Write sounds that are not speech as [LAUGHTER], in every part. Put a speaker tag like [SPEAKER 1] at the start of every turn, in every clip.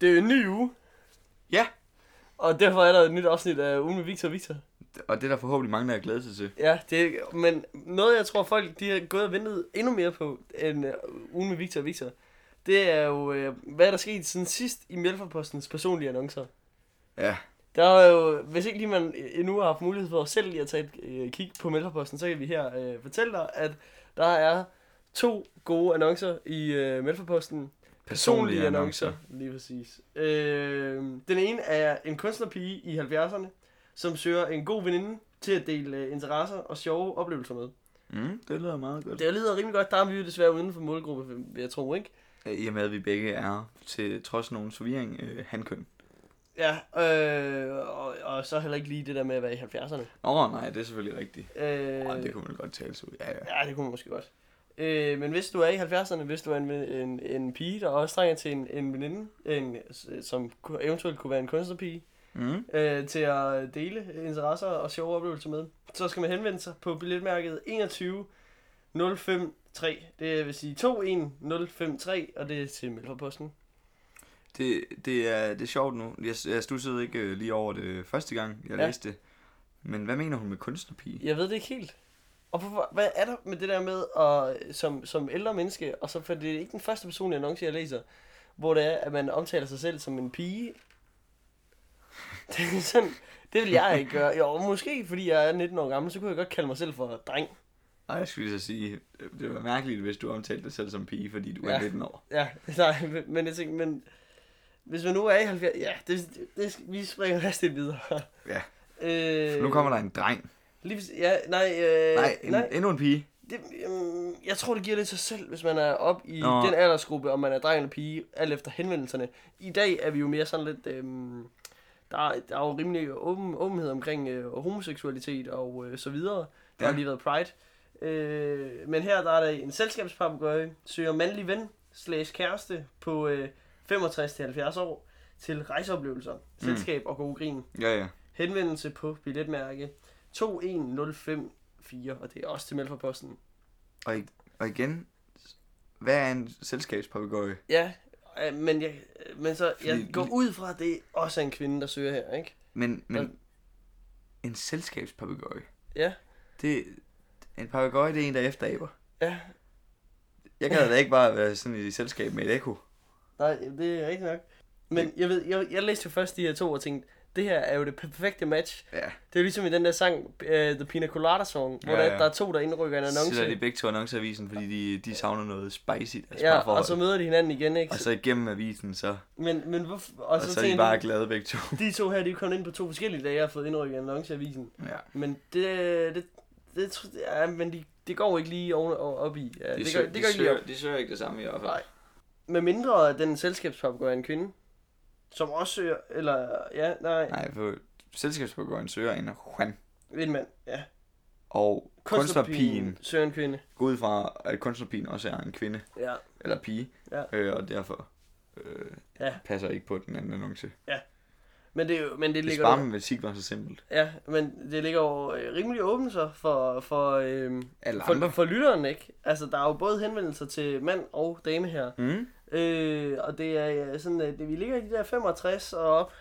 [SPEAKER 1] Det er jo en ny uge,
[SPEAKER 2] Ja,
[SPEAKER 1] og derfor er der et nyt afsnit af Ugen med Victor og Victor.
[SPEAKER 2] og det er der forhåbentlig mange, der har glædet sig til.
[SPEAKER 1] Ja, det, men noget jeg tror folk de har gået og ventet endnu mere på end uh, Ugen med Victor og Victor, det er jo, uh, hvad der skete siden sidst i Mjælferpostens personlige annoncer.
[SPEAKER 2] Ja,
[SPEAKER 1] Der er jo, hvis ikke lige man endnu har haft mulighed for selv lige at tage et øh, kig på Mælferposten, så kan vi her øh, fortælle dig, at der er to gode annoncer i øh, Mælferposten. Personlige annoncer. Lige præcis. Øh, den ene er en kunstnerpige i 70'erne, som søger en god veninde til at dele øh, interesser og sjove oplevelser med.
[SPEAKER 2] Mm, det lyder meget godt.
[SPEAKER 1] Det lyder rimelig godt, der er vi jo desværre uden for målgruppe, vil jeg tro, ikke?
[SPEAKER 2] I og med, at vi begge er, til trods nogen forvirring, øh, handkøn.
[SPEAKER 1] Ja, øh, og, og så heller ikke lige det der med at være i 70'erne.
[SPEAKER 2] Åh, oh, nej, det er selvfølgelig rigtigt.
[SPEAKER 1] Øh,
[SPEAKER 2] Øh... det kunne man godt tale sig ud. Ja, ja.
[SPEAKER 1] Ja, det kunne man måske godt. Øh, men hvis du er i 70'erne, hvis du er en, en, en pige, der også trænger til en, en veninde, en, som ku- eventuelt kunne være en kunstnerpige,
[SPEAKER 2] Mm.
[SPEAKER 1] øh, til at dele interesser og sjove oplevelser med, så skal man henvende sig på billetmærket 21 053. Det vil sige 21053, og det er til Mølferposten.
[SPEAKER 2] Det, det, er, det er sjovt nu. Jeg, jeg stussede ikke øh, lige over det første gang, jeg
[SPEAKER 1] Ja.
[SPEAKER 2] ja. læste det. Men hvad mener hun med kunstnerpige?
[SPEAKER 1] Jeg ved det ikke helt. Og hvorfor, hvad er der med det der med, at, som, som ældre menneske, og så for det er ikke den første personlige annonce, jeg læser, hvor det er, at man omtaler sig selv som en pige. Det, er sådan, det vil jeg ikke gøre. Jo, måske fordi jeg er 19 år gammel, så kunne jeg godt kalde mig selv for dreng.
[SPEAKER 2] Nej, jeg skulle lige så sige, øh, det var mærkeligt, hvis du omtalte dig selv som pige, fordi du er
[SPEAKER 1] Ja.
[SPEAKER 2] 19 år.
[SPEAKER 1] Ja, [LAUGHS] nej, men- men jeg tænker, men hvis man nu er i 70... Ja, det, det, det vi springer hastigt videre.
[SPEAKER 2] Ja.
[SPEAKER 1] Øh,
[SPEAKER 2] Nu kommer der en dreng.
[SPEAKER 1] Lige, præcis- ja, nej, øh,
[SPEAKER 2] Nej, en, nej. endnu en pige.
[SPEAKER 1] Det, øhm, jeg tror, det giver lidt sig selv, hvis man er op i Nå.
[SPEAKER 2] Nå.
[SPEAKER 1] den aldersgruppe, om man er dreng eller pige, alt efter henvendelserne. I dag er vi jo mere sådan lidt... Øhm, der, er- der er jo rimelig åben, åbenhed omkring øh, homoseksualitet og øh, så videre. Der ja.
[SPEAKER 2] Ja.
[SPEAKER 1] har lige været Pride. Øh, men her der er der en selskabspapagøje, søger mandlig ven slash kæreste på øh, 65-70 år til rejseoplevelser,
[SPEAKER 2] Mm.
[SPEAKER 1] selskab og god grin.
[SPEAKER 2] Ja, ja.
[SPEAKER 1] Henvendelse på billetmærke 21054, og det er også til Mælferposten.
[SPEAKER 2] Og, i- og igen, hvad er en selskabspapagøje?
[SPEAKER 1] Ja, øh, men, jeg, øh, men så, jeg
[SPEAKER 2] Fordi-
[SPEAKER 1] går ud fra, at det også er en kvinde, der søger her, ikke?
[SPEAKER 2] Men, men
[SPEAKER 1] Og-
[SPEAKER 2] en selskabspapagøje,
[SPEAKER 1] Ja,
[SPEAKER 2] det en papagøje det er en, der efteraber.
[SPEAKER 1] ja.
[SPEAKER 2] Jeg gad da ikke bare være sådan i selskab med et ekko.
[SPEAKER 1] Nej, det er rigtigt nok. Men jeg ved, jeg, jeg læste jo først de her to og tænkte, det her er jo det perfekte match.
[SPEAKER 2] Ja,
[SPEAKER 1] Det er jo ligesom i den der sang, uh, The Pina Colada Song, hvor
[SPEAKER 2] Ja,
[SPEAKER 1] ja, ja.
[SPEAKER 2] ja.
[SPEAKER 1] der er to, der indrykker en
[SPEAKER 2] så
[SPEAKER 1] annonce.
[SPEAKER 2] sætter de begge to annonceavisen, fordi de, de savner noget spicy. Altså
[SPEAKER 1] ja,
[SPEAKER 2] bare for,
[SPEAKER 1] og så møder de hinanden igen, ikke?
[SPEAKER 2] og så igennem avisen, så, og
[SPEAKER 1] men, men hvorfor?
[SPEAKER 2] så, og så er de
[SPEAKER 1] tænkte
[SPEAKER 2] bare
[SPEAKER 1] jeg,
[SPEAKER 2] glade begge to.
[SPEAKER 1] de to her, de er kommet ind på to forskellige dage og har fået indrykket en annonce i avisen.
[SPEAKER 2] Ja,
[SPEAKER 1] Men det, det, det, tror- ja, men de, det går ikke lige oven, op i. Ja, det, gør, det gør ikke lige op.
[SPEAKER 2] de søger ikke det samme i hvert
[SPEAKER 1] fald. Nej. Med mindre at den selskabspapagøj er en kvinde, som også søger, eller ja, nej,
[SPEAKER 2] Nej, for selskabspapagøjen søger en Juan.
[SPEAKER 1] en mand, ja.
[SPEAKER 2] Og kunstnerpigen,
[SPEAKER 1] søger en kvinde.
[SPEAKER 2] gå ud fra, at kunstnerpigen også er en kvinde,
[SPEAKER 1] Ja,
[SPEAKER 2] eller pige,
[SPEAKER 1] Ja.
[SPEAKER 2] øh, og derfor øh,
[SPEAKER 1] Ja.
[SPEAKER 2] ja. passer ikke på den anden annonce.
[SPEAKER 1] men det, er jo- men det, det
[SPEAKER 2] Hvis
[SPEAKER 1] ligger
[SPEAKER 2] bare med musik var så simpelt.
[SPEAKER 1] Ja, men det ligger jo øh, rimelig åbent så for, for, øh,
[SPEAKER 2] Alle
[SPEAKER 1] for,
[SPEAKER 2] andre.
[SPEAKER 1] for lytteren, ikke? Altså, der er jo både henvendelser til mand og dame her.
[SPEAKER 2] Mm.
[SPEAKER 1] Øh, og det er ja, sådan, at vi ligger i de der 65 og op.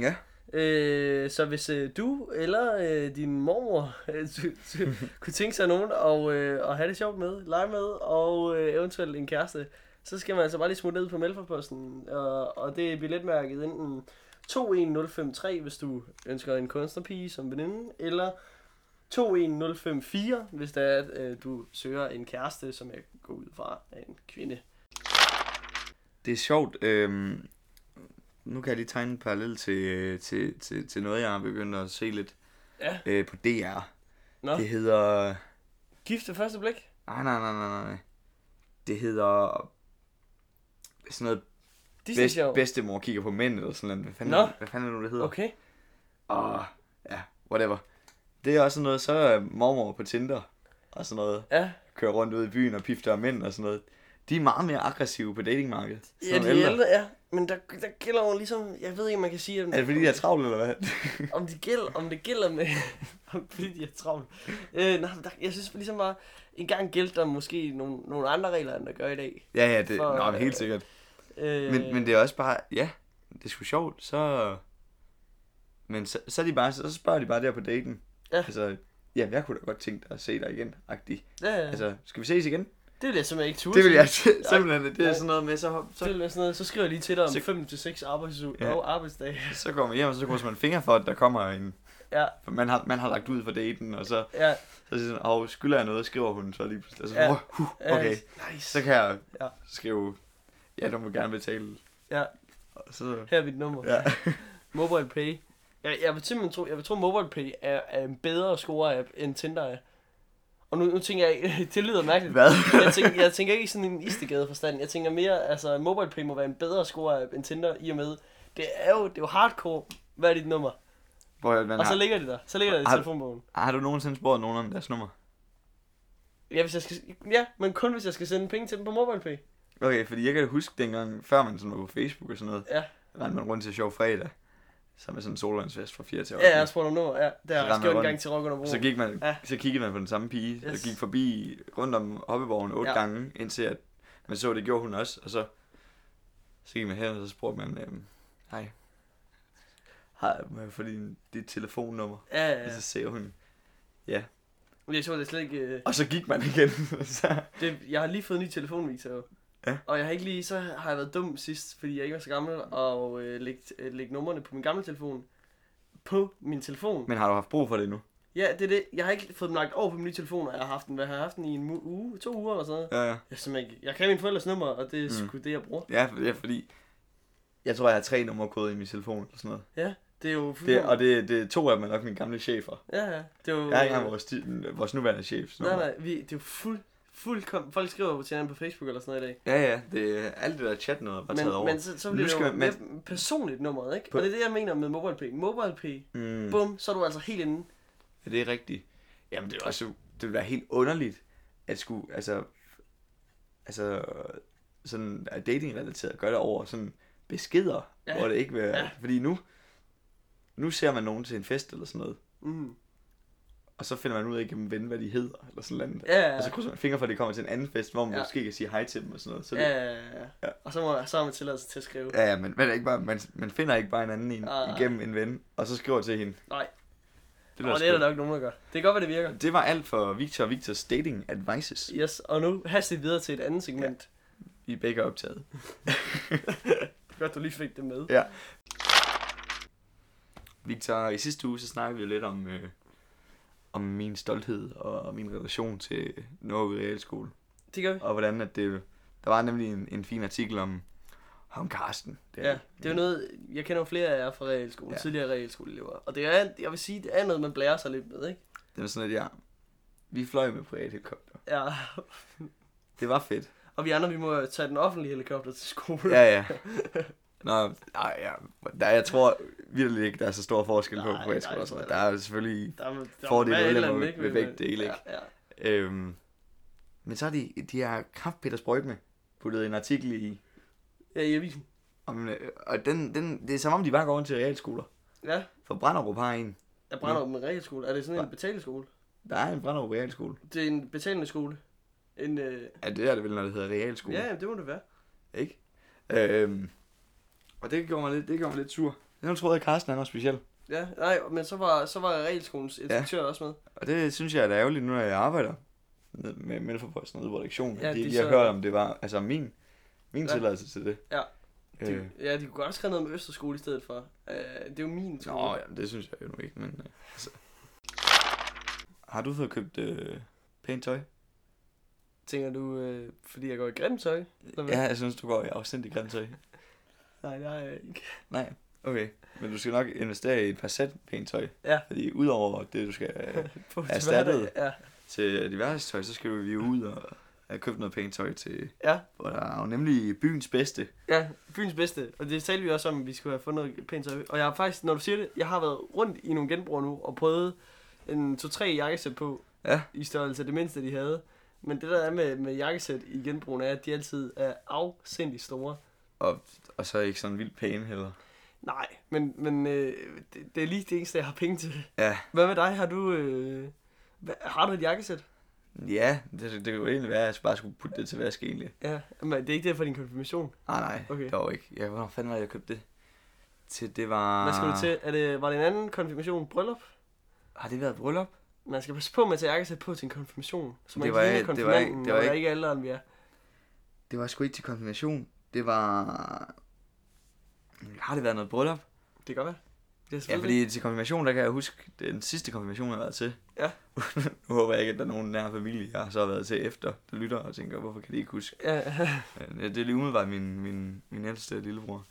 [SPEAKER 2] Ja.
[SPEAKER 1] Øh, så hvis øh, du eller øh, din mormor [LAUGHS] øh, sy- sy- kunne tænke sig nogen og, øh, og have det sjovt med, lege med og øh, eventuelt en kæreste, så skal man altså bare lige smutte ned på Melforposten. Og, og det er billetmærket enten 21053, hvis du ønsker en kunstnerpige som veninde, eller 21054, hvis det er, at øh, du søger en kæreste, som jeg går ud fra er en kvinde.
[SPEAKER 2] Det er sjovt. Øhm, nu kan jeg lige tegne en parallel til, øh, til, til, til noget, jeg har begyndt at se lidt
[SPEAKER 1] Ja.
[SPEAKER 2] øh, på DR.
[SPEAKER 1] Nå.
[SPEAKER 2] Det hedder...
[SPEAKER 1] Gift ved første blik?
[SPEAKER 2] Nej, nej, nej, nej, nej. Det hedder... Sådan noget
[SPEAKER 1] Disney
[SPEAKER 2] bedst,
[SPEAKER 1] Show.
[SPEAKER 2] bedstemor kigger på mænd, eller sådan noget. Hvad fanden,
[SPEAKER 1] Nå.
[SPEAKER 2] hvad fanden er det nu, det hedder?
[SPEAKER 1] Okay.
[SPEAKER 2] Og, ja, whatever. Det er også sådan noget, så er mormor på Tinder og sådan noget.
[SPEAKER 1] Ja.
[SPEAKER 2] Kører rundt ud i byen og pifter af mænd og sådan noget. De er meget mere aggressive på datingmarkedet.
[SPEAKER 1] Ja, de er ældre, ja. Men der, der gælder jo ligesom, jeg ved ikke, om man kan sige, om,
[SPEAKER 2] Er det fordi, de er travlt, eller hvad?
[SPEAKER 1] om, det, gælder, om det gælder med, [LAUGHS] om fordi de er travlt. Øh, nej, men der, jeg synes ligesom bare, en gang gældte der måske nogle, nogle andre regler, end der gør i dag.
[SPEAKER 2] [LAUGHS] ja, ja, det,
[SPEAKER 1] For,
[SPEAKER 2] for, nå, men
[SPEAKER 1] øh,
[SPEAKER 2] helt sikkert.
[SPEAKER 1] Øh,
[SPEAKER 2] Men, men det er også bare, ja, det er sgu sjovt, så... Men så, så, er de bare, så spørger de bare der på daten.
[SPEAKER 1] Ja.
[SPEAKER 2] Altså, ja, jeg kunne da godt tænke dig at se dig igen, agtig.
[SPEAKER 1] Ja, ja. Altså,
[SPEAKER 2] Altså, skal vi ses igen?
[SPEAKER 1] det ville jeg simpelthen ikke turde.
[SPEAKER 2] Det vil jeg [LAUGHS]
[SPEAKER 1] sige.
[SPEAKER 2] simpelthen, det er
[SPEAKER 1] Nej.
[SPEAKER 2] sådan noget med, så, hop-
[SPEAKER 1] Så,
[SPEAKER 2] så,
[SPEAKER 1] det ville være sådan noget, så skriver jeg lige til dig om
[SPEAKER 2] Så-
[SPEAKER 1] 5 til 6 arbejdsuge
[SPEAKER 2] Ja.
[SPEAKER 1] ja. og arbejdsdage.
[SPEAKER 2] så kommer man hjem, og så krydser man fingre for, at der kommer en...
[SPEAKER 1] Ja,
[SPEAKER 2] For man har, man har lagt ud for daten, og så,
[SPEAKER 1] ja.
[SPEAKER 2] så siger sådan, åh, skylder jeg noget, skriver hun så lige pludselig. Og så,
[SPEAKER 1] Ja.
[SPEAKER 2] ja. huh, okay,
[SPEAKER 1] Nice.
[SPEAKER 2] så kan jeg
[SPEAKER 1] Ja.
[SPEAKER 2] skrive, ja, du må gerne betale.
[SPEAKER 1] Ja.
[SPEAKER 2] Og så,
[SPEAKER 1] Her er mit nummer.
[SPEAKER 2] ja. [LAUGHS]
[SPEAKER 1] Mobile Pay. Jeg, jeg vil simpelthen tro, jeg vil tro Mobile Pay er, er en bedre score-app, end Tinder er. Og nu, nu tænker jeg, [LAUGHS] det lyder mærkeligt.
[SPEAKER 2] Hvad?
[SPEAKER 1] Jeg tænker, jeg tænker ikke i sådan en istegade forstand. Jeg tænker mere, altså Mobile Pay må være en bedre score-app end Tinder, i og med, det er jo, det er jo hardcore. Hvad er dit nummer?
[SPEAKER 2] Hvor man
[SPEAKER 1] Og så
[SPEAKER 2] har,
[SPEAKER 1] ligger det der. Så ligger det i
[SPEAKER 2] Har-
[SPEAKER 1] telefonbogen.
[SPEAKER 2] har du nogensinde spurgt nogen om deres nummer?
[SPEAKER 1] Ja, hvis jeg skal, ja, men kun hvis jeg skal sende penge til dem på Mobile Pay.
[SPEAKER 2] Okay, fordi jeg kan huske dengang, før man sådan var på Facebook og sådan noget,
[SPEAKER 1] Ja.
[SPEAKER 2] rendte man rundt til sjov fredag, som er sådan en solvandsfest fra 4 til 8.
[SPEAKER 1] Ja, jeg har spurgt om nummer. Ja, det har
[SPEAKER 2] Så
[SPEAKER 1] jeg
[SPEAKER 2] rammer
[SPEAKER 1] også gjort en
[SPEAKER 2] rundt.
[SPEAKER 1] gang til Rock under broen.
[SPEAKER 2] så, gik man,
[SPEAKER 1] Ja.
[SPEAKER 2] så kiggede man på den samme pige, yes.
[SPEAKER 1] Yes.
[SPEAKER 2] og gik forbi rundt om hoppeborgen otte ja.
[SPEAKER 1] Ja.
[SPEAKER 2] gange, indtil at man så, at det gjorde hun også, og så, så gik man hen, og så spurgte man, øhm, hej, hej, må jeg få din, dit telefonnummer?
[SPEAKER 1] Ja, ja,
[SPEAKER 2] Ja. Og
[SPEAKER 1] ja.
[SPEAKER 2] så sagde hun,
[SPEAKER 1] Men Jeg så det er slet ikke... øh,
[SPEAKER 2] og så gik man igen. [LAUGHS] så,
[SPEAKER 1] Det, jeg har lige fået en ny telefon, Victor.
[SPEAKER 2] Ja.
[SPEAKER 1] Og jeg har ikke lige, så har jeg været dum sidst, fordi jeg ikke var så gammel, og øh, lægge øh, lægge numrene på min gamle telefon. På min telefon.
[SPEAKER 2] men har du haft brug for det nu?
[SPEAKER 1] Ja, det er det. Jeg har ikke fået dem lagt over på min nye telefon, og jeg har haft den, hvad har jeg haft den i en mu- uge, to uger eller sådan noget.
[SPEAKER 2] Ja, ja.
[SPEAKER 1] Jeg, simpelthen ikke, jeg kan mine forældres nummer, og det er
[SPEAKER 2] Mm.
[SPEAKER 1] sgu det, jeg bruger.
[SPEAKER 2] Ja, for, ja, fordi jeg tror, jeg har tre nummerkoder i min telefon eller sådan noget.
[SPEAKER 1] Det er jo
[SPEAKER 2] Det,
[SPEAKER 1] fuldkommen-
[SPEAKER 2] og det, det er to af dem er nok mine gamle chefer.
[SPEAKER 1] Ja, ja. Det er jo...
[SPEAKER 2] Jeg har ikke engang vores, ti- vores nuværende chef.
[SPEAKER 1] Nej, nej, vi, det er jo fuld, fuldkommen... Folk skriver jo til hinanden på Facebook eller sådan noget i dag.
[SPEAKER 2] Ja, ja. Det, er- alt det der chat noget er bare taget
[SPEAKER 1] Men,
[SPEAKER 2] over.
[SPEAKER 1] men så, så
[SPEAKER 2] Nu
[SPEAKER 1] bliver det
[SPEAKER 2] skal
[SPEAKER 1] jo
[SPEAKER 2] man-
[SPEAKER 1] mere personligt nummeret, ikke?
[SPEAKER 2] På-
[SPEAKER 1] Og det er det, jeg mener med MobilePay. MobilePay,
[SPEAKER 2] Mm,
[SPEAKER 1] bum, så er du altså helt inde.
[SPEAKER 2] ja, det er rigtigt. Jamen, det er også... Det ville være helt underligt, at skulle... Altså... Altså... Sådan at dating-relateret gør det over sådan beskeder, ja.
[SPEAKER 1] Ja.
[SPEAKER 2] hvor det ikke vil... Ja.
[SPEAKER 1] Ja.
[SPEAKER 2] Fordi nu... Nu ser man nogen til en fest eller sådan noget,
[SPEAKER 1] Mm.
[SPEAKER 2] og så finder man ud af igennem en ven, hvad de hedder, eller sådan noget.
[SPEAKER 1] Ja, ja,
[SPEAKER 2] Og så krydser man fingre for, at de kommer til en anden fest, hvor man ja.
[SPEAKER 1] Ja.
[SPEAKER 2] måske kan sige hej til dem og sådan noget. Så det,
[SPEAKER 1] ja, ja, ja,
[SPEAKER 2] Ja.
[SPEAKER 1] ja. Og så, må, så har man tilladelse til at skrive.
[SPEAKER 2] Ja, ja, men man, er ikke bare, man, man finder ikke bare en anden en
[SPEAKER 1] Nej, nej.
[SPEAKER 2] igennem en ven, og så skriver til hende.
[SPEAKER 1] Nej.
[SPEAKER 2] Det,
[SPEAKER 1] og det er der nok nogen, der gør. Det kan godt være, det virker.
[SPEAKER 2] det var alt for Victor og Victors dating advices.
[SPEAKER 1] Yes, og nu hastigt videre til et andet segment.
[SPEAKER 2] Vi er begge optaget.
[SPEAKER 1] Ja. Godt, du lige fik det med.
[SPEAKER 2] Ja. Victor, i sidste uge så snakkede vi jo lidt om, øh, om min stolthed og min relation til Norge Realskole.
[SPEAKER 1] Det gør vi.
[SPEAKER 2] Og hvordan at det... Der var nemlig en, en fin artikel om, om Karsten. Det er
[SPEAKER 1] Ja, det er jo noget, jeg kender jo flere af jer fra realskolen,
[SPEAKER 2] Ja.
[SPEAKER 1] ja. tidligere realskoleelever. Og det er, jeg vil sige, det er noget, man blærer sig lidt med, ikke?
[SPEAKER 2] Det var sådan lidt, ja. Vi fløj med privathelikopter.
[SPEAKER 1] Ja, [LAUGHS]
[SPEAKER 2] Det var fedt.
[SPEAKER 1] og vi andre, vi må jo tage den offentlige helikopter til skole.
[SPEAKER 2] Ja, ja. Nå, nej, ja. Der, jeg tror virkelig ikke, der er så stor forskel på
[SPEAKER 1] Nej,
[SPEAKER 2] privatskoler
[SPEAKER 1] nej,
[SPEAKER 2] og sådan noget.
[SPEAKER 1] tror
[SPEAKER 2] Der
[SPEAKER 1] jeg
[SPEAKER 2] er jo selvfølgelig...
[SPEAKER 1] Der, må- der
[SPEAKER 2] Fordele
[SPEAKER 1] må være et eller
[SPEAKER 2] ulemper
[SPEAKER 1] andet,
[SPEAKER 2] ved-
[SPEAKER 1] ikke?
[SPEAKER 2] ved
[SPEAKER 1] Men-
[SPEAKER 2] begge dele, ikke?
[SPEAKER 1] Ja, ja.
[SPEAKER 2] Øhm, men så har de, de har kraftpeter sprøjt med puttet en artikel i.
[SPEAKER 1] ja, i avisen.
[SPEAKER 2] Om, øh, og den, den, det er som om, de bare går over til realskoler.
[SPEAKER 1] Ja,
[SPEAKER 2] For Branderup har en.
[SPEAKER 1] jeg brænder
[SPEAKER 2] Mm.
[SPEAKER 1] op med realskole. Er det sådan
[SPEAKER 2] Hva?
[SPEAKER 1] en betalingsskole?
[SPEAKER 2] Der er en Branderup realskole.
[SPEAKER 1] Det er en betalende skole. En, øh...
[SPEAKER 2] Ja, det er det vel, når det hedder realskole.
[SPEAKER 1] ja, jamen, det må det være.
[SPEAKER 2] Ikke? Øhm, og det gjorde mig lidt, det gjorde mig lidt sur. Nu troede jeg, at Carsten han var speciel.
[SPEAKER 1] Ja, nej, men så var, så var regelskolens instruktør ja. også med.
[SPEAKER 2] Og det synes jeg er da ærgerligt, nu når jeg arbejder med, med Mælforposten ude på redaktionen. Ja,
[SPEAKER 1] Ja,
[SPEAKER 2] de
[SPEAKER 1] det
[SPEAKER 2] ikke
[SPEAKER 1] er
[SPEAKER 2] lige har
[SPEAKER 1] så-
[SPEAKER 2] hørt, om det var altså min, min ja.
[SPEAKER 1] Ja.
[SPEAKER 2] tilladelse til det.
[SPEAKER 1] Ja.
[SPEAKER 2] Øh,
[SPEAKER 1] De, ja, de kunne godt have skrevet noget om Østerskole i stedet for. Uh, det er jo min skole.
[SPEAKER 2] nå, jamen, det synes jeg jo nu ikke, men... Øh, altså. Har du fået købt øh, pænt tøj?
[SPEAKER 1] Tænker du, øh, fordi jeg går i grimt tøj? Eller hvad?
[SPEAKER 2] Ja, jeg synes, du går i afsindig grimt tøj.
[SPEAKER 1] Nej, det har jeg ikke. [LAUGHS]
[SPEAKER 2] Nej, okay. Men du skal nok investere i et par sæt pænt tøj.
[SPEAKER 1] Ja.
[SPEAKER 2] Fordi udover det, du skal øh,
[SPEAKER 1] På til
[SPEAKER 2] Erstattet.
[SPEAKER 1] hverdag, Ja,
[SPEAKER 2] til diverse tøj, så skal du lige ud og have købt noget pænt tøj til...
[SPEAKER 1] ja,
[SPEAKER 2] Hvor der er jo nemlig byens bedste.
[SPEAKER 1] ja. Byens bedste. Og det talte vi også om, at vi skulle have fundet noget pænt tøj. Og jeg har faktisk, når du siger det, jeg har været rundt i nogle genbrug nu og prøvet en 2-3 jakkesæt på.
[SPEAKER 2] Ja.
[SPEAKER 1] I størrelse det mindste, de havde. Men det der er med, med jakkesæt i genbrugen er, at de altid er afsindig store.
[SPEAKER 2] Og, og så ikke sådan vildt pæne heller.
[SPEAKER 1] Nej, men, men øh, det, det er lige det eneste, jeg har penge til.
[SPEAKER 2] Ja.
[SPEAKER 1] Hvad med dig? Har du, øh, hva, har du et jakkesæt?
[SPEAKER 2] Ja, det, det kunne jo egentlig være, at jeg bare skulle putte det til vask egentlig.
[SPEAKER 1] Ja, men det er ikke det for din konfirmation.
[SPEAKER 2] Nej, nej, okay.
[SPEAKER 1] Okay.
[SPEAKER 2] dog ikke. Ja, hvornår fanden var det, jeg købte det? til, det var...
[SPEAKER 1] Hvad skal du til? Er det, var det en anden konfirmation? Bryllup?
[SPEAKER 2] Har det været bryllup?
[SPEAKER 1] Man skal passe på med at tage jakkesæt på til en konfirmation. Så man
[SPEAKER 2] Det
[SPEAKER 1] det
[SPEAKER 2] var
[SPEAKER 1] var,
[SPEAKER 2] ikke-
[SPEAKER 1] kan
[SPEAKER 2] det var
[SPEAKER 1] lide konfirmanden,
[SPEAKER 2] ikke-
[SPEAKER 1] det
[SPEAKER 2] det
[SPEAKER 1] var
[SPEAKER 2] var
[SPEAKER 1] ikke,
[SPEAKER 2] ikke-
[SPEAKER 1] ikke alderen, vi er.
[SPEAKER 2] Det var sgu ikke til konfirmation. Det var... Har det været noget bryllup?
[SPEAKER 1] Det kan godt være. Det er
[SPEAKER 2] Ja,
[SPEAKER 1] selvfølgelig.
[SPEAKER 2] fordi til konfirmation, der kan jeg huske, den sidste konfirmation, jeg har været til.
[SPEAKER 1] Ja.
[SPEAKER 2] [LAUGHS] nu håber jeg ikke, at der er nogen nær familie, jeg har så været til efter, der lytter og tænker, hvorfor kan de ikke huske?
[SPEAKER 1] Ja, [LAUGHS] ja.
[SPEAKER 2] Øh, Det er lige umiddelbart min, min, min ældste lillebror.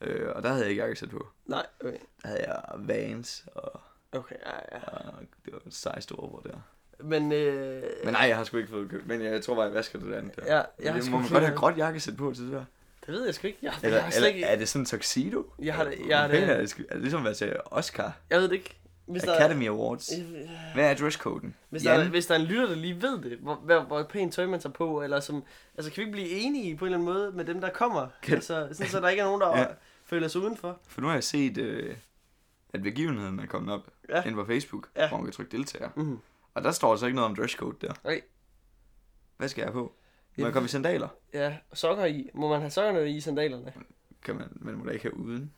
[SPEAKER 2] Øh, og der havde jeg ikke jakkesæt på.
[SPEAKER 1] Nej, okay.
[SPEAKER 2] Der havde jeg Vans, og,
[SPEAKER 1] Okay, ja, ja.
[SPEAKER 2] og det var et sej storebror der.
[SPEAKER 1] Men, øh,
[SPEAKER 2] Men nej, jeg har sgu ikke fået købt, men jeg, jeg tror bare, jeg vasker det andet der.
[SPEAKER 1] Ja, jeg
[SPEAKER 2] jeg
[SPEAKER 1] har
[SPEAKER 2] det,
[SPEAKER 1] sgu
[SPEAKER 2] må man
[SPEAKER 1] ikke
[SPEAKER 2] godt
[SPEAKER 1] fået
[SPEAKER 2] have
[SPEAKER 1] det.
[SPEAKER 2] gråt jakkesæt på til det der.
[SPEAKER 1] det ved jeg sgu ikke. Jeg,
[SPEAKER 2] Eller,
[SPEAKER 1] jeg, har slet
[SPEAKER 2] eller
[SPEAKER 1] ikke
[SPEAKER 2] er det sådan en tuxedo?
[SPEAKER 1] Jeg har det-
[SPEAKER 2] Eller,
[SPEAKER 1] jeg har
[SPEAKER 2] hvor
[SPEAKER 1] det-
[SPEAKER 2] fanden Er det, sgu- er det ligesom at være til Oscar?
[SPEAKER 1] jeg ved det ikke. Hvis der, er,
[SPEAKER 2] Academy Awards.
[SPEAKER 1] Øh,
[SPEAKER 2] Hvad er dresscoden?
[SPEAKER 1] hvis, der er,
[SPEAKER 2] Jan?
[SPEAKER 1] hvis der er en lytter, der lige ved det, hvor, hvor, hvor pænt tøj man tager på, eller som, altså kan vi ikke blive enige på en eller anden måde med dem, der kommer?
[SPEAKER 2] Kan-
[SPEAKER 1] Altså, sådan, så der ikke er nogen, der
[SPEAKER 2] Ja.
[SPEAKER 1] ja. føler sig udenfor.
[SPEAKER 2] For nu har jeg set, øh, at begivenheden er kommet op
[SPEAKER 1] Ja.
[SPEAKER 2] inde på Facebook,
[SPEAKER 1] Ja.
[SPEAKER 2] hvor man kan trykke deltager.
[SPEAKER 1] Mhm.
[SPEAKER 2] Og der står så ikke noget om dresscode der.
[SPEAKER 1] Nej.
[SPEAKER 2] Hvad skal jeg have på? Må
[SPEAKER 1] Jamen-
[SPEAKER 2] jeg komme i sandaler?
[SPEAKER 1] Ja, sokker i. Må man have sokkerne i sandalerne?
[SPEAKER 2] Kan man, man må da ikke have uden.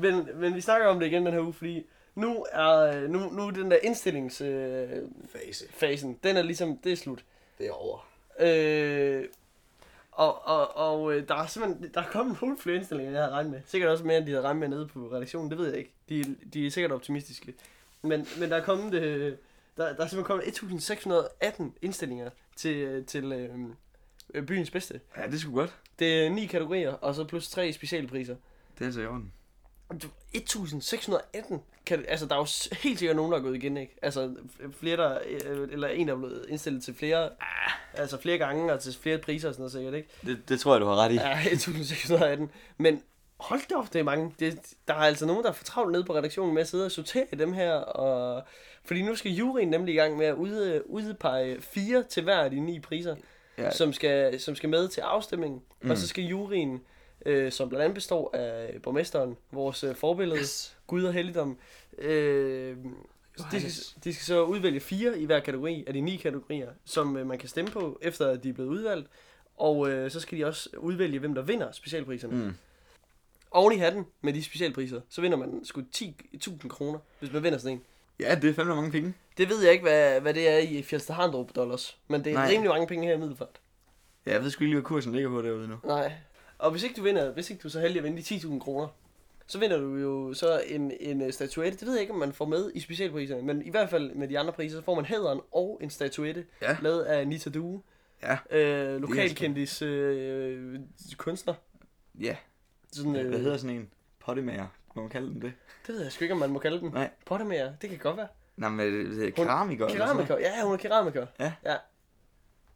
[SPEAKER 1] Men, men vi snakker om det igen den her uge, fordi nu er, øh, nu, nu er den der indstillingsfasen, øh,
[SPEAKER 2] Fase.
[SPEAKER 1] fasen, den er ligesom, det er slut.
[SPEAKER 2] Det er over.
[SPEAKER 1] Øh, og, og, og øh, der er simpelthen, der er kommet nogle flere indstillinger, end jeg havde regnet med. Sikkert også mere, end de havde regnet med nede på redaktionen, det ved jeg ikke. De, de er sikkert optimistiske. Men, men der er kommet, øh, der, der er simpelthen kommet 1618 indstillinger til, til øh, øh, byens bedste.
[SPEAKER 2] Ja, det er sgu godt.
[SPEAKER 1] Det er ni kategorier, og så plus tre specialpriser.
[SPEAKER 2] Det er altså i orden.
[SPEAKER 1] Du- 1618? Kan, altså, der er jo s- helt sikkert nogen, der er gået igen, ikke? Altså, f- flere der, øh, eller en, der er blevet indstillet til flere, altså flere gange og til flere priser og sådan noget sikkert, ikke?
[SPEAKER 2] Det, det tror jeg, du har ret i.
[SPEAKER 1] Ja, 1618. Men hold da op, det er mange. Det, der er altså nogen, der er for travlt nede på redaktionen med at sidde og sortere i dem her. Og... Fordi nu skal juryen nemlig i gang med at ude, udpege fire til hver af de ni priser,
[SPEAKER 2] Ja.
[SPEAKER 1] ja. som, skal, som skal med til afstemningen. Mm. Og så skal juryen, øh, som blandt andet består af borgmesteren, vores øh, forbillede, yes. Gud og Helligdom, øh, de skal, de skal så udvælge fire i hver kategori af de ni kategorier, som øh, man kan stemme på, efter at de er blevet udvalgt. Og øh, så skal de også udvælge, hvem der vinder specialpriserne. Mm.
[SPEAKER 2] Mm.
[SPEAKER 1] Oven i hatten med de specialpriser, så vinder man sgu 10.000 kroner, hvis man vinder sådan en.
[SPEAKER 2] Ja, det er fandme mange penge.
[SPEAKER 1] Det ved jeg ikke, hvad, hvad det er i Fjellsted Harndrup dollars, men det er
[SPEAKER 2] Nej.
[SPEAKER 1] Nej. rimelig mange penge her i Middelfart.
[SPEAKER 2] Ja, jeg ved sgu ikke lige, hvad kursen ligger på derude nu.
[SPEAKER 1] Nej. Og hvis ikke du vinder, hvis ikke du er så heldig at vinde de 10.000 kroner, så vinder du jo så en, en øh, statuette. Det ved jeg ikke, om man får med i specialpriserne, men i hvert fald med de andre priser, så får man hæderen og en statuette,
[SPEAKER 2] Ja.
[SPEAKER 1] lavet af Nita Due,
[SPEAKER 2] Ja.
[SPEAKER 1] øh, lokalkendis øh, kunstner.
[SPEAKER 2] Ja.
[SPEAKER 1] Sådan, øh,
[SPEAKER 2] Hvad hedder sådan en? Pottemager. Må man kalde dem det?
[SPEAKER 1] Det ved jeg sgu ikke, om man må kalde dem.
[SPEAKER 2] Nej.
[SPEAKER 1] Pottemager, det kan godt være.
[SPEAKER 2] Nej, men det hedder
[SPEAKER 1] Hun-
[SPEAKER 2] keramiker. eller sådan noget.
[SPEAKER 1] Keramiker, ja, hun er keramiker.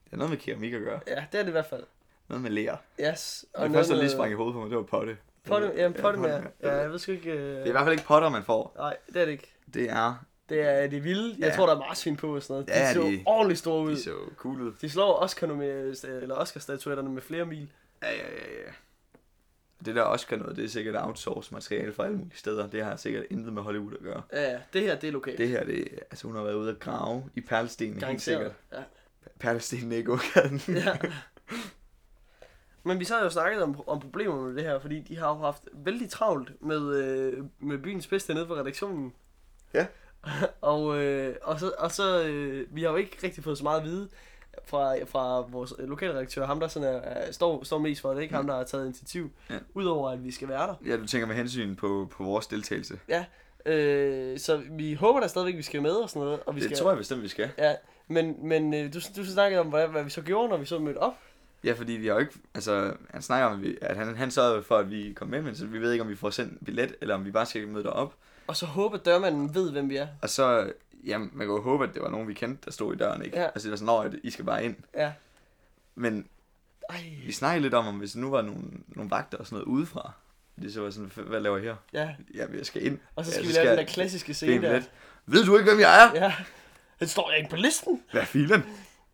[SPEAKER 2] Det er noget med keramik at gøre.
[SPEAKER 1] Ja, det er det i hvert fald.
[SPEAKER 2] Noget med ler.
[SPEAKER 1] Yes.
[SPEAKER 2] Og det
[SPEAKER 1] noget
[SPEAKER 2] første, der lige
[SPEAKER 1] med-
[SPEAKER 2] sprang i hovedet på mig, det var potte.
[SPEAKER 1] Potte, ja, pottemager.
[SPEAKER 2] pottemager.
[SPEAKER 1] Ja, jeg ved sgu ikke... Øh...
[SPEAKER 2] Det er i hvert fald ikke potter, man får.
[SPEAKER 1] Nej, det er det ikke.
[SPEAKER 2] Det er,
[SPEAKER 1] Det er de vilde. Jeg
[SPEAKER 2] Ja.
[SPEAKER 1] tror, der er marsvin på og sådan noget.
[SPEAKER 2] Ja,
[SPEAKER 1] de så
[SPEAKER 2] de-
[SPEAKER 1] ordentligt store ud.
[SPEAKER 2] de så cool ud.
[SPEAKER 1] De slår Oscar, med, eller Oscar-statuetterne med flere mil.
[SPEAKER 2] Ja, ja, ja, ja. Det der Oscar noget, det er sikkert outsource materiale fra alle mulige steder. Det har sikkert intet med Hollywood at gøre.
[SPEAKER 1] Ja, ja, det her, det er lokalt.
[SPEAKER 2] Det her, det, altså hun har været ude at grave i perlestenene, helt sikkert.
[SPEAKER 1] Ja.
[SPEAKER 2] Perlestenene i gågaden.
[SPEAKER 1] [LAUGHS]
[SPEAKER 2] [LAUGHS]
[SPEAKER 1] ja. Men vi så har jo snakket om, om problemer med det her, fordi de har jo haft vældig travlt med, øh, med byens bedste nede på redaktionen.
[SPEAKER 2] Ja.
[SPEAKER 1] [LAUGHS] og, øh, og så, og så øh, vi har jo ikke rigtig fået så meget at vide fra, fra vores øh, lokalredaktør, ham der sådan er, er, står, står mest for det, ikke ham der har taget initiativ,
[SPEAKER 2] Ja.
[SPEAKER 1] udover at vi skal være der.
[SPEAKER 2] ja, du tænker med hensyn på, på vores deltagelse.
[SPEAKER 1] Ja, øh, så vi håber da stadigvæk, vi skal med og sådan noget. Og vi
[SPEAKER 2] Det
[SPEAKER 1] skal,
[SPEAKER 2] tror jeg bestemt, vi skal.
[SPEAKER 1] Ja, men, men øh, du, du snakkede om, hvad, hvad vi så gjorde, når vi så mødte op.
[SPEAKER 2] Ja, fordi vi har jo ikke... Altså, han snakker om, at, vi, at han, han sørgede for, at vi kom med, men så vi ved ikke, om vi får sendt en billet, eller om vi bare skal møde derop.
[SPEAKER 1] Og så håber dørmanden ved, hvem vi er.
[SPEAKER 2] Og så, jamen, man kunne jo håbe, at det var nogen, vi kendte, der stod i døren, ikke?
[SPEAKER 1] Ja.
[SPEAKER 2] Altså, det var sådan, at I skal bare ind.
[SPEAKER 1] Ja.
[SPEAKER 2] Men
[SPEAKER 1] Ej.
[SPEAKER 2] vi snakkede lidt om, om hvis nu var nogle, nogle vagter og sådan noget udefra. Det så var sådan, "Hva- hvad laver I her?
[SPEAKER 1] Ja,
[SPEAKER 2] Ja, jeg skal ind.
[SPEAKER 1] og så
[SPEAKER 2] Ja,
[SPEAKER 1] skal ja, vi lave den der klassiske
[SPEAKER 2] det er en
[SPEAKER 1] scene der.
[SPEAKER 2] billet. Ved du ikke, hvem jeg er?
[SPEAKER 1] Ja. Han står jeg ikke på listen.
[SPEAKER 2] Hvad filen?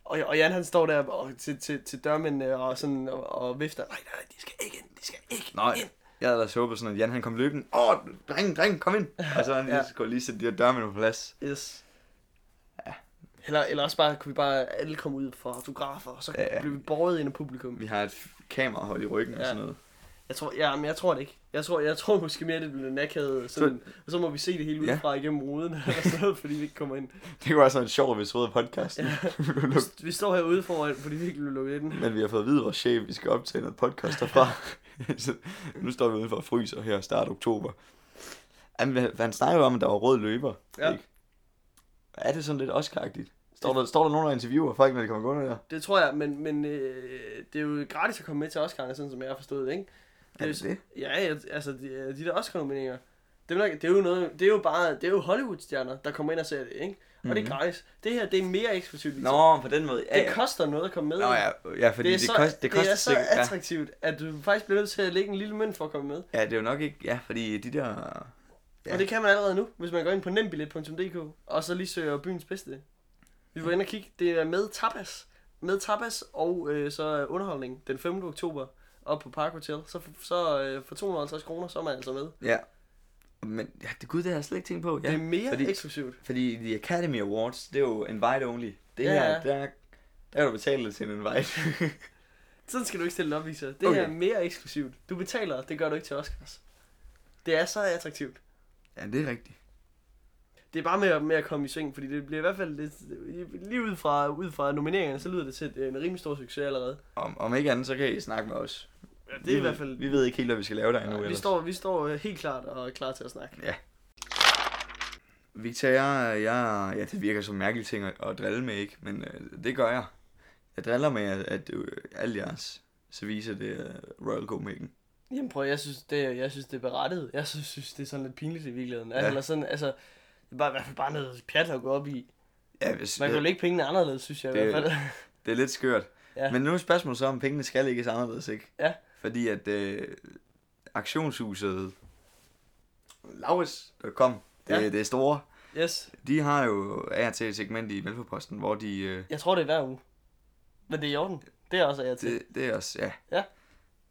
[SPEAKER 1] Og, og Jan han står der og, til, til, til dørmændene og, sådan, og, og vifter. Nej, nej, de skal ikke ind, de skal ikke
[SPEAKER 2] Nej,
[SPEAKER 1] ind.
[SPEAKER 2] jeg havde ellers håbet sådan, at Jan han kom løbende. Åh, oh, dreng, dreng, kom
[SPEAKER 1] [LAUGHS]
[SPEAKER 2] ind. Og så han lige,
[SPEAKER 1] Ja.
[SPEAKER 2] skulle lige sætte de her dørmænd på plads.
[SPEAKER 1] Yes. Ja. Eller, eller også bare, kunne vi bare alle komme ud for autografer, og så
[SPEAKER 2] Ja, ja.
[SPEAKER 1] blev vi borget ind af publikum.
[SPEAKER 2] Vi har et f- kamerahold i ryggen ja. og
[SPEAKER 1] Ja.
[SPEAKER 2] sådan noget.
[SPEAKER 1] Jeg tror, ja, men jeg tror det ikke. Jeg tror, jeg tror måske mere, det bliver en akavet. Sådan, og så må vi se det hele
[SPEAKER 2] Ja.
[SPEAKER 1] udefra ja. igennem ruden, eller sådan noget, fordi vi ikke kommer ind.
[SPEAKER 2] Det kunne være sådan en sjov episode af podcasten. [LAUGHS] Ja.
[SPEAKER 1] Vi står herude foran, fordi vi ikke blev lukket ind.
[SPEAKER 2] Men vi har fået at vide, at vores chef, vi skal optage noget podcast [LAUGHS] derfra. så nu står vi udenfor og fryser her start oktober. Jamen, hvad- han snakker jo om, at der var rød løber.
[SPEAKER 1] Ja.
[SPEAKER 2] Ikke? Er det sådan lidt oskaragtigt? Står der, står der nogen, der interviewer folk, når de kommer gående der?
[SPEAKER 1] Det tror jeg, men, men øh, det er jo gratis at komme med til Oscar'erne, sådan som jeg har forstået det, ikke?
[SPEAKER 2] Er
[SPEAKER 1] jo
[SPEAKER 2] det
[SPEAKER 1] så-
[SPEAKER 2] det?
[SPEAKER 1] Ja, jeg- altså de, øh, de der Oscar-nomineringer, dem der, det er jo noget, det er jo bare, det er jo Hollywood-stjerner, der kommer ind og ser det, ikke? Og mm-hmm. det er gratis. Det her, det er mere eksklusivt. ligesom.
[SPEAKER 2] Mhm. Nå, på den måde. Ja,
[SPEAKER 1] Det
[SPEAKER 2] ja.
[SPEAKER 1] koster noget at komme med.
[SPEAKER 2] Nå, ja, ja fordi
[SPEAKER 1] Det er,
[SPEAKER 2] det,
[SPEAKER 1] så,
[SPEAKER 2] koster, det koster
[SPEAKER 1] det er så
[SPEAKER 2] sikkert- ja.
[SPEAKER 1] attraktivt, at du faktisk bliver nødt til at lægge en lille mønt for at komme med.
[SPEAKER 2] ja, det er jo nok ikke... Ja, fordi de der...
[SPEAKER 1] Ja.
[SPEAKER 2] Ja.
[SPEAKER 1] Og det kan man allerede nu, hvis man går ind på nembillet.dk, og så lige søger byens bedste. Vi var inde og kigge, det er med tapas. Med tapas og øh, så underholdning den 5. oktober op på Park Hotel. Så, så øh, for 250 kroner, så er man altså med.
[SPEAKER 2] Ja. Men ja, det gud, det har jeg slet ikke tænkt på. Ja.
[SPEAKER 1] Ja, det er mere fordi...
[SPEAKER 2] fordi-
[SPEAKER 1] eksklusivt.
[SPEAKER 2] Fordi The Academy Awards, det er jo invite only. Det
[SPEAKER 1] Ja,
[SPEAKER 2] her,
[SPEAKER 1] ja.
[SPEAKER 2] der, der kan du betale til en invite.
[SPEAKER 1] Sådan skal du ikke stille op, Lisa. Det okay.
[SPEAKER 2] Okay.
[SPEAKER 1] her er mere eksklusivt. Du betaler, det gør du ikke til Oscars. Det er så attraktivt.
[SPEAKER 2] ja, det er rigtigt.
[SPEAKER 1] Det er bare med at, med at komme i sving, fordi det bliver i hvert fald lidt, lige ud fra, ud fra nomineringerne, så lyder det til en rimelig stor succes allerede.
[SPEAKER 2] Om, om ikke andet, så kan I snakke med os.
[SPEAKER 1] Ja, det er i hvert fald
[SPEAKER 2] Vi ved ikke helt, hvad vi skal lave der endnu.
[SPEAKER 1] Nej, vi,
[SPEAKER 2] ellers.
[SPEAKER 1] står, vi står øh, helt klart og er klar til at snakke.
[SPEAKER 2] Ja. Victor, jeg, jeg, ja, det virker som en mærkelig ting at, at drille med, ikke? Men øh, det gør jeg. Jeg driller med, at, at øh, alle jeres service, det er Royal Copenhagen.
[SPEAKER 1] Jamen prøv, jeg synes, det, er- jeg synes, det er berettet. Jeg synes, synes, det er sådan lidt pinligt i virkeligheden. Ja.
[SPEAKER 2] Ja.
[SPEAKER 1] Eller sådan, altså, det er bare, i hvert fald bare noget pjat at gå op i.
[SPEAKER 2] Ja, hvis,
[SPEAKER 1] Man kan jo
[SPEAKER 2] det,
[SPEAKER 1] lægge pengene anderledes, synes jeg det, i
[SPEAKER 2] det-
[SPEAKER 1] hvert fald.
[SPEAKER 2] det er lidt skørt.
[SPEAKER 1] Ja.
[SPEAKER 2] Ja. Men nu er spørgsmålet så, om pengene skal ikke anderledes, ikke?
[SPEAKER 1] Ja.
[SPEAKER 2] Fordi at øh, aktionshuset Laues.com, det,
[SPEAKER 1] Ja.
[SPEAKER 2] ja. det er store,
[SPEAKER 1] [LAUGHS] Yes,
[SPEAKER 2] de har jo af og til et segment i Velfærdsposten, hvor de... Øh,
[SPEAKER 1] jeg tror, det er hver uge. Men det er i orden. Det er også af jer til. Det,
[SPEAKER 2] det, det er også, ja.
[SPEAKER 1] Ja.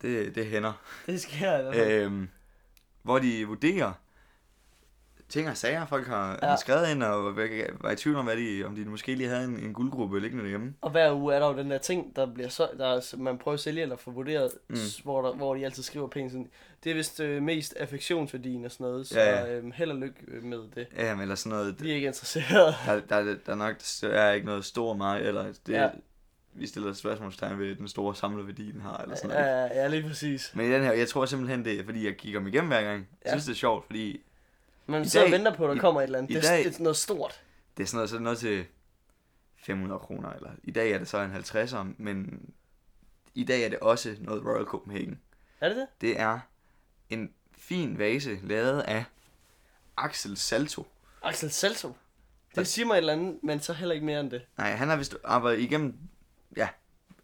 [SPEAKER 2] Det, det hænder.
[SPEAKER 1] det sker i hvert fald.
[SPEAKER 2] Øhm, hvor de vurderer ting og sager, folk har, ja.
[SPEAKER 1] Ja.
[SPEAKER 2] har skrevet ind, og var- var i tvivl om, hvad de, om de måske lige havde en, en guldgruppe liggende derhjemme.
[SPEAKER 1] Og hver uge er der jo den der ting, der bliver så, der er, man prøver at sælge eller få vurderet, mm.
[SPEAKER 2] Mm.
[SPEAKER 1] hvor, der, hvor de altid skriver penge sådan. Det er vist øh, mest affektionsværdien og sådan noget, så
[SPEAKER 2] Ja,
[SPEAKER 1] ja, ja. Øhm, held og lykke med det.
[SPEAKER 2] Jamen, Øhm, eller sådan noget.
[SPEAKER 1] Vi er ikke interesserede.
[SPEAKER 2] Der, der, der nok der er ikke noget stor meget, eller det,
[SPEAKER 1] Ja.
[SPEAKER 2] ja. vi stiller spørgsmålstegn ved den store samleværdi, den har, eller sådan noget.
[SPEAKER 1] Ja, ja, ja, lige præcis.
[SPEAKER 2] Men i den her, jeg tror simpelthen, det er, fordi jeg kigger dem igennem hver gang. Jeg
[SPEAKER 1] Ja.
[SPEAKER 2] synes, det er sjovt, fordi
[SPEAKER 1] Man
[SPEAKER 2] I
[SPEAKER 1] sidder og
[SPEAKER 2] dag-
[SPEAKER 1] venter på, at der
[SPEAKER 2] i-
[SPEAKER 1] kommer et eller andet.
[SPEAKER 2] i
[SPEAKER 1] Det er
[SPEAKER 2] dag-
[SPEAKER 1] sådan noget stort.
[SPEAKER 2] det er sådan noget, så er det noget til 500 kroner, eller i dag er det så en 50'er, men i dag er det også noget Royal Copenhagen.
[SPEAKER 1] Er det det?
[SPEAKER 2] Det er en fin vase, lavet af Axel Salto.
[SPEAKER 1] Axel Selso. Det siger mig et eller andet, men så heller ikke mere end det.
[SPEAKER 2] Nej, han har vist arbejdet igennem, ja,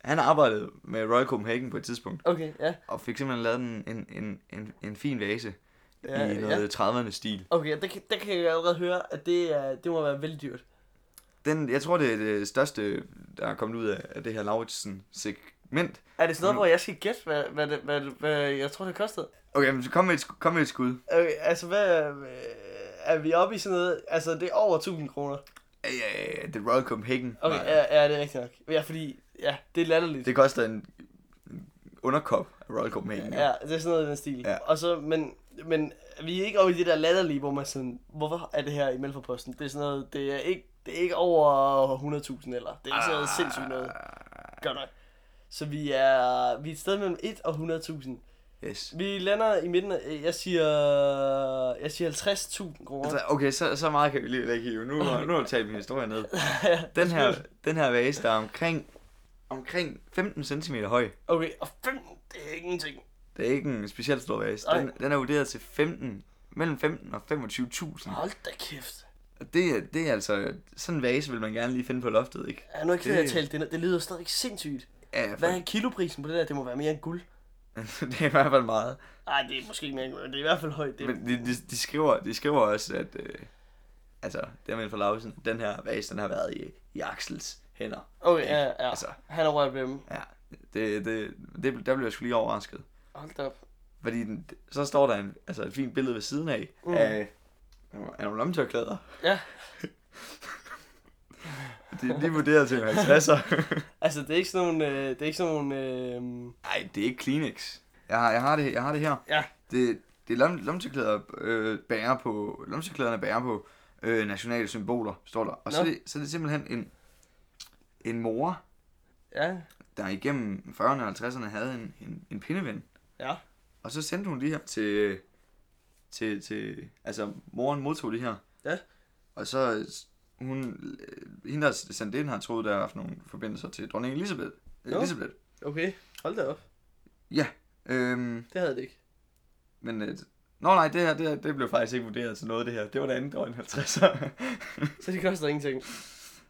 [SPEAKER 2] han har arbejdet med Royal Copenhagen på et tidspunkt,
[SPEAKER 1] Okay, ja.
[SPEAKER 2] og fik simpelthen lavet en, en, en, en, en fin vase
[SPEAKER 1] Ja,
[SPEAKER 2] ja, i noget ja. 30'erne stil.
[SPEAKER 1] Okay, der, kan- der kan jeg allerede høre, at det, er, det må være vældig dyrt.
[SPEAKER 2] Den, jeg tror, det er det største, der er kommet ud af af det her Lauritsen-segment.
[SPEAKER 1] Er det sådan noget,
[SPEAKER 2] Mm.
[SPEAKER 1] hvor jeg skal gætte, hvad, hvad, det- hvad, hvad, hvad jeg tror, det kostede?
[SPEAKER 2] Okay, men så kom med et, sk- kom med et skud.
[SPEAKER 1] Okay, altså, hvad øh, er vi oppe i sådan noget? Altså, det er over 1000 kroner.
[SPEAKER 2] Ja, ja, ja, det er Royal Copenhagen.
[SPEAKER 1] Okay,
[SPEAKER 2] Nej,
[SPEAKER 1] ja, ja, det er rigtigt nok. Ja, fordi, ja, det er latterligt.
[SPEAKER 2] Det koster en en underkop af Royal Copenhagen.
[SPEAKER 1] Ja, det er sådan noget i den stil. Ja.
[SPEAKER 2] Ja.
[SPEAKER 1] Og så, men, men vi er ikke over i det der latterlige, hvor man sådan, hvorfor er det her i Melforposten? Det er sådan noget, det er ikke, det er ikke over 100.000 eller. Det er sådan
[SPEAKER 2] Ah.
[SPEAKER 1] noget sindssygt noget. Godt nok. Så vi er, vi er et sted mellem 1 og 100.000.
[SPEAKER 2] Yes.
[SPEAKER 1] Vi lander i midten, af- jeg siger, jeg siger 50.000 kroner.
[SPEAKER 2] Altså, okay, så, så meget kan vi lige lægge i. Nu, nu har jeg talt min
[SPEAKER 1] [LAUGHS]
[SPEAKER 2] historie ned. Den her, den her vase, der er omkring, omkring 15 cm høj.
[SPEAKER 1] [LAUGHS] Okay, og 5, det er ingenting.
[SPEAKER 2] Det er ikke en specielt stor vase. Den,
[SPEAKER 1] Nej.
[SPEAKER 2] den er vurderet til 15, mellem 15 og 25.000.
[SPEAKER 1] Hold da kæft.
[SPEAKER 2] Og Det, er- det er altså, sådan en vase vil man gerne lige finde på loftet, ikke?
[SPEAKER 1] Jeg er nu ikke ked af at
[SPEAKER 2] Det-
[SPEAKER 1] tale det, ned. det lyder stadig sindssygt.
[SPEAKER 2] Ja, for,
[SPEAKER 1] Hvad er kiloprisen på det der? Det må være mere end guld.
[SPEAKER 2] [LAUGHS] det er i hvert fald meget.
[SPEAKER 1] Nej, det er måske ikke mere end guld. Det er i hvert fald højt. Det er
[SPEAKER 2] Men de, de, de, skriver, de skriver også, at øh, altså, det er for Lausen, den her vase, den har været i, i Axels hænder.
[SPEAKER 1] Okay,
[SPEAKER 2] Ikke?
[SPEAKER 1] ja, ja. Altså.
[SPEAKER 2] Altså.
[SPEAKER 1] Han har rørt ved dem.
[SPEAKER 2] Ja, det, det, det, der blev jeg sgu lige overrasket.
[SPEAKER 1] Hold da op.
[SPEAKER 2] Fordi den, så står der en, altså et fint billede ved siden af,
[SPEAKER 1] Mm.
[SPEAKER 2] mm. af, af nogle lommetørklæder.
[SPEAKER 1] Ja.
[SPEAKER 2] det er lige vurderet til en 50'er.
[SPEAKER 1] [LAUGHS] Altså, det er ikke sådan nogle, øh, det er ikke sådan nogle, øh,
[SPEAKER 2] Nej, det er ikke Kleenex. Jeg har, jeg har, det, jeg har det her.
[SPEAKER 1] Ja.
[SPEAKER 2] Det, det er lom, lommetørklæder, øh, bærer på, lommetørklæderne bærer på øh, nationale symboler, står der. Og så er,
[SPEAKER 1] Nå.
[SPEAKER 2] det, så er det simpelthen en, en mor,
[SPEAKER 1] Ja,
[SPEAKER 2] der igennem 40'erne og 50'erne havde en, en, en pindeven.
[SPEAKER 1] ja.
[SPEAKER 2] Og så sendte hun de her til, til, til altså moren modtog de her.
[SPEAKER 1] Ja.
[SPEAKER 2] Og så øh, hun, øh, hende der sendte det ind, har troet, der har haft nogle forbindelser til dronning Elisabeth.
[SPEAKER 1] Nå.
[SPEAKER 2] No. Elisabeth.
[SPEAKER 1] Okay, hold da op.
[SPEAKER 2] Ja. Øhm,
[SPEAKER 1] Det havde det ikke.
[SPEAKER 2] men, øh, nå nej, det her, det her, det blev faktisk ikke vurderet til noget, det her. Det var det andet år i 50'er.
[SPEAKER 1] Så det koster ingenting.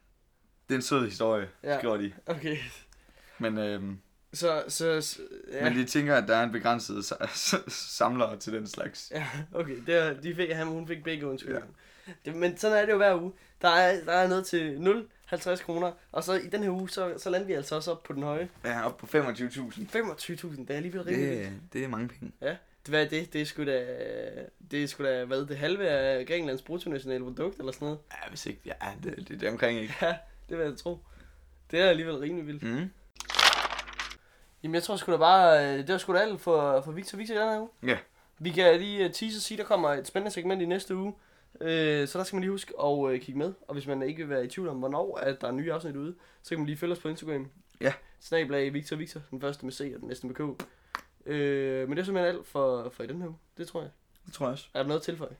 [SPEAKER 2] [LAUGHS] det er en sød historie,
[SPEAKER 1] Ja.
[SPEAKER 2] ja. skriver de.
[SPEAKER 1] Okay.
[SPEAKER 2] Men, øhm,
[SPEAKER 1] Så, så, så ja.
[SPEAKER 2] ja. men de tænker, at der er en begrænset sa- [LAUGHS] samler til den slags.
[SPEAKER 1] Ja, okay. Det er, de fik, han, hun fik begge undskyldninger. Ja. Det, men sådan er det jo hver uge. Der er, der er noget til 0, 50 kroner. Og så i den her uge, så, så lander vi altså også op på den høje.
[SPEAKER 2] Ja, op på 25.000.
[SPEAKER 1] 25.000, det er alligevel rigtig yeah.
[SPEAKER 2] Det, det er mange penge.
[SPEAKER 1] Ja. Det- Hvad er det? Det er sgu da, det er sgu da hvad, det halve af Grækenlands bruttonationale produkt eller sådan noget.
[SPEAKER 2] Ja, hvis ikke, ja, det, det, det er omkring ikke.
[SPEAKER 1] Ja, det vil jeg tro. Det er alligevel rimelig vildt.
[SPEAKER 2] Mm.
[SPEAKER 1] Jamen jeg tror sgu da bare, øh, det var sgu da alt for, for Victor Victor i den her uge.
[SPEAKER 2] Ja.
[SPEAKER 1] Vi kan lige øh, tease og sige, der kommer et spændende segment i næste uge. Øh, så der skal man lige huske at øh, kigge med. Og hvis man ikke vil være i tvivl om, hvornår at der er nye afsnit ude, så kan man lige følge os på Instagram.
[SPEAKER 2] Ja.
[SPEAKER 1] Snablag Victor Victor, den første med C og den næste med K. Øh, men det er simpelthen alt for, for i den her uge. Det tror jeg.
[SPEAKER 2] Det tror jeg også.
[SPEAKER 1] Er der noget at tilføje?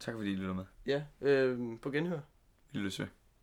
[SPEAKER 2] Tak fordi I lytter med.
[SPEAKER 1] Ja. Øh, på genhør.
[SPEAKER 2] Vi lyttes ved.